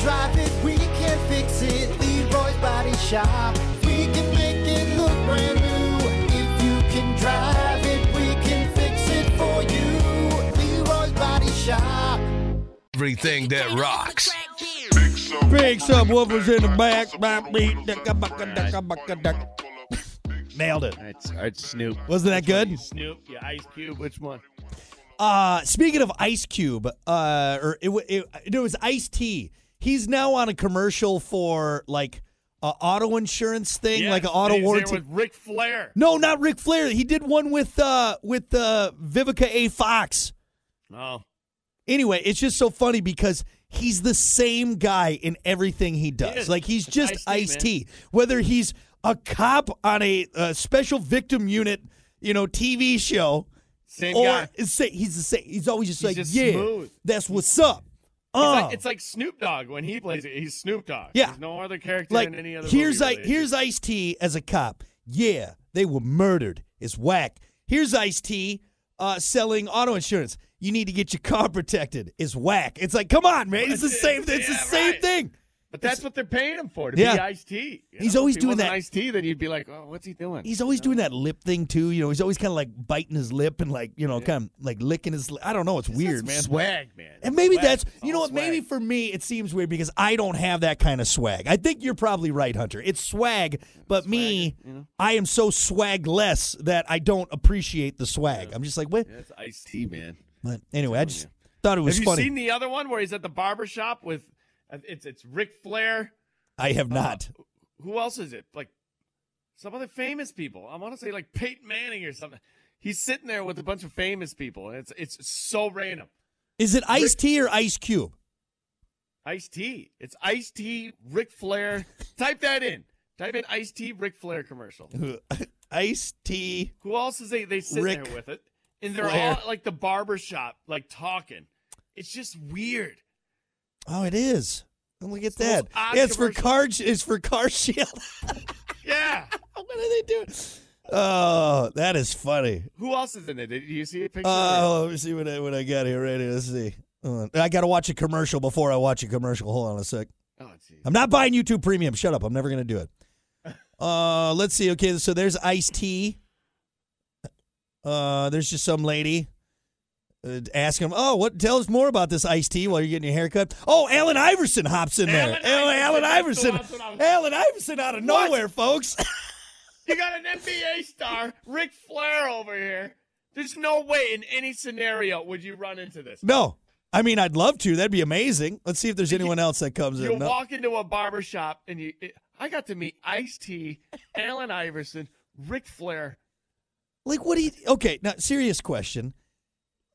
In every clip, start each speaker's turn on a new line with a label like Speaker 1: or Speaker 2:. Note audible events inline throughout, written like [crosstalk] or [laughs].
Speaker 1: drive it, we can fix it. Leroy's Body Shop. We can make it look brand new. If you can drive it, we can fix it for you. Leroy's Body Shop.
Speaker 2: Everything that rocks.
Speaker 3: Big sub woofers in the back. Bop, beep, ducka, bucka, ducka, bucka, duck. Nailed it.
Speaker 4: It's, uh, it's Snoop.
Speaker 3: Wasn't that good?
Speaker 4: Snoop, yeah, Ice Cube. Which one?
Speaker 3: Uh, speaking of Ice Cube, uh, or it, wa- it, it was Ice T. He's now on a commercial for like a auto insurance thing, like an auto warranty.
Speaker 4: With Ric Flair.
Speaker 3: no, not Ric Flair. He did one with uh with uh, Vivica A. Fox.
Speaker 4: Oh,
Speaker 3: Anyway, it's just so funny because he's the same guy in everything he does.
Speaker 4: is.
Speaker 3: like he's
Speaker 4: It's
Speaker 3: just
Speaker 4: Ice-T,
Speaker 3: Ice
Speaker 4: man.
Speaker 3: T. Whether he's a cop on a, uh special victim unit, you know, TV show,
Speaker 4: same
Speaker 3: or
Speaker 4: guy.
Speaker 3: it's, sa- he's the same. He's always just
Speaker 4: He's
Speaker 3: like,
Speaker 4: just
Speaker 3: yeah,
Speaker 4: smooth.
Speaker 3: that's what's up.
Speaker 4: Oh. It's
Speaker 3: Uh,
Speaker 4: like, it's like Snoop Dogg when he plays it. He's Snoop Dogg.
Speaker 3: Yeah.
Speaker 4: There's no other character
Speaker 3: like,
Speaker 4: in any other
Speaker 3: here's
Speaker 4: movie.
Speaker 3: I- here's Ice T as a cop. Yeah, they were murdered. It's whack. Here's Ice T uh, selling auto insurance. You need to get your car [laughs] protected. It's whack. It's like, come on, man. It's the
Speaker 4: That's it.
Speaker 3: same. It's the
Speaker 4: Yeah,
Speaker 3: same
Speaker 4: right.
Speaker 3: thing.
Speaker 4: But that's what they're paying him for to be
Speaker 3: Yeah.
Speaker 4: Ice T.
Speaker 3: He's always doing that.
Speaker 4: Ice T, then you'd be like, oh, what's he doing?
Speaker 3: He's always doing that lip thing too. You know, he's always kind of like biting his lip and like you know, kind of like licking his. Li- I don't know. It's weird, man.
Speaker 4: swag, man.
Speaker 3: And maybe
Speaker 4: Swag.
Speaker 3: that's
Speaker 4: It's
Speaker 3: you know
Speaker 4: all
Speaker 3: what. Maybe
Speaker 4: swag.
Speaker 3: for me it seems weird because I don't have that kind of swag. I think you're probably right, Hunter. It's swag, but me, I am so swagless that I don't appreciate the swag. I'm just like, what?
Speaker 4: that's Ice T, man.
Speaker 3: But anyway, I just thought it was
Speaker 4: Have you
Speaker 3: funny.
Speaker 4: seen the other one where he's at the barber shop with uh, it's it's Ric Flair?
Speaker 3: I
Speaker 4: Uh,
Speaker 3: have not.
Speaker 4: Who else is it? Like some other famous people. I want to say like Peyton Manning or something. He's sitting there with a bunch of famous people, and it's it's so random.
Speaker 3: Is it Ice T or Ice
Speaker 4: [laughs]
Speaker 3: Cube?
Speaker 4: Ice T. It's Ice T. Ric Flair. Type that in. Type in Ice T. Ric Flair commercial.
Speaker 3: Ice T.
Speaker 4: Who else is they? They sit
Speaker 3: Ric
Speaker 4: there with it, and they're
Speaker 3: Flair.
Speaker 4: all at, like the barber shop, like talking. It's just weird.
Speaker 3: Oh, it is. And look at
Speaker 4: the most
Speaker 3: that.
Speaker 4: odd
Speaker 3: Yeah, it's for
Speaker 4: commercial.
Speaker 3: car. It's for car [laughs] shield.
Speaker 4: Yeah.
Speaker 3: what are they doing? Oh, that is funny.
Speaker 4: Who else is in it? Did you see a picture?
Speaker 3: Oh, let me see what I what I got here. Right here. Let's see. Hold on. I got to watch a commercial before I watch a commercial. Hold on a sec.
Speaker 4: oh geez.
Speaker 3: I'm not buying YouTube Premium. Shut up. I'm never gonna do it.
Speaker 4: [laughs]
Speaker 3: Uh, let's see. Okay, so there's Ice T. Uh, there's just some lady. Uh, ask him. Oh, what? Tell us more about this Ice T while you're getting your haircut. Oh, Alan Iverson hops in there.
Speaker 4: Allen
Speaker 3: Alan Iverson.
Speaker 4: Iverson. That's the one I was-
Speaker 3: Alan Iverson out of
Speaker 4: What?
Speaker 3: nowhere, folks. [laughs]
Speaker 4: You got an NBA star, Ric Flair, over here. There's no way in any scenario would you run into this.
Speaker 3: No. I mean, I'd love to. That'd be amazing. Let's see if there's anyone else that comes
Speaker 4: You
Speaker 3: in. No.
Speaker 4: walk into a barber shop and you. I got to meet Ice T, Allen Iverson, Ric Flair.
Speaker 3: Like, what do you. Okay, now, serious question.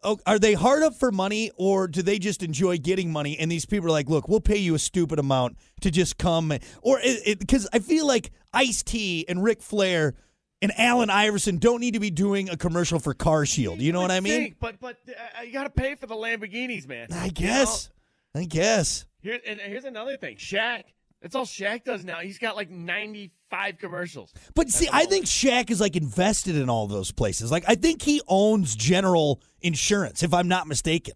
Speaker 3: Oh, are they hard up for money or do they just enjoy getting money? And these people are like, look, we'll pay you a stupid amount to just come. and- Or because I feel like Ice T and Ric Flair and Allen Iverson don't need to be doing a commercial for Car Shield. You know what I mean?
Speaker 4: Think, but but uh, you got to pay for the Lamborghinis, man.
Speaker 3: I
Speaker 4: You
Speaker 3: guess. I guess.
Speaker 4: know? Here and here's another thing, Shaq. That's all Shaq does now. He's got like 95 commercials.
Speaker 3: But see, I think Shaq is like invested in all those places. Like, I think he owns general insurance, if I'm not mistaken.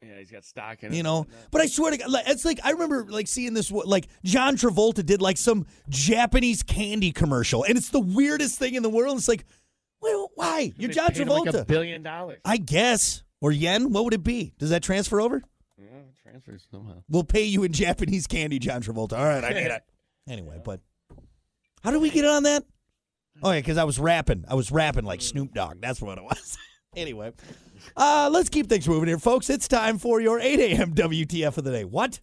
Speaker 4: Yeah, he's got stock in it.
Speaker 3: you know. But I swear to God, like, it's like I remember like seeing this. wa- Like John Travolta did like some Japanese candy commercial, and it's the weirdest thing in the world. It's like, well, why? You're
Speaker 4: They
Speaker 3: John
Speaker 4: paid him, like, a
Speaker 3: Travolta,
Speaker 4: billion dollars.
Speaker 3: I guess, or yen. What would it be? Does that transfer over?
Speaker 4: Yeah, it transfers somehow.
Speaker 3: We'll pay you in Japanese candy, John Travolta. All right, I need
Speaker 4: [laughs]
Speaker 3: it. Anyway, but how did we get on that? Oh yeah, because I was rapping. I was rapping like Snoop Dogg. That's what it was. [laughs] anyway, uh, let's keep things moving here, folks. It's time for your 8 a.m. WTF of the day. What?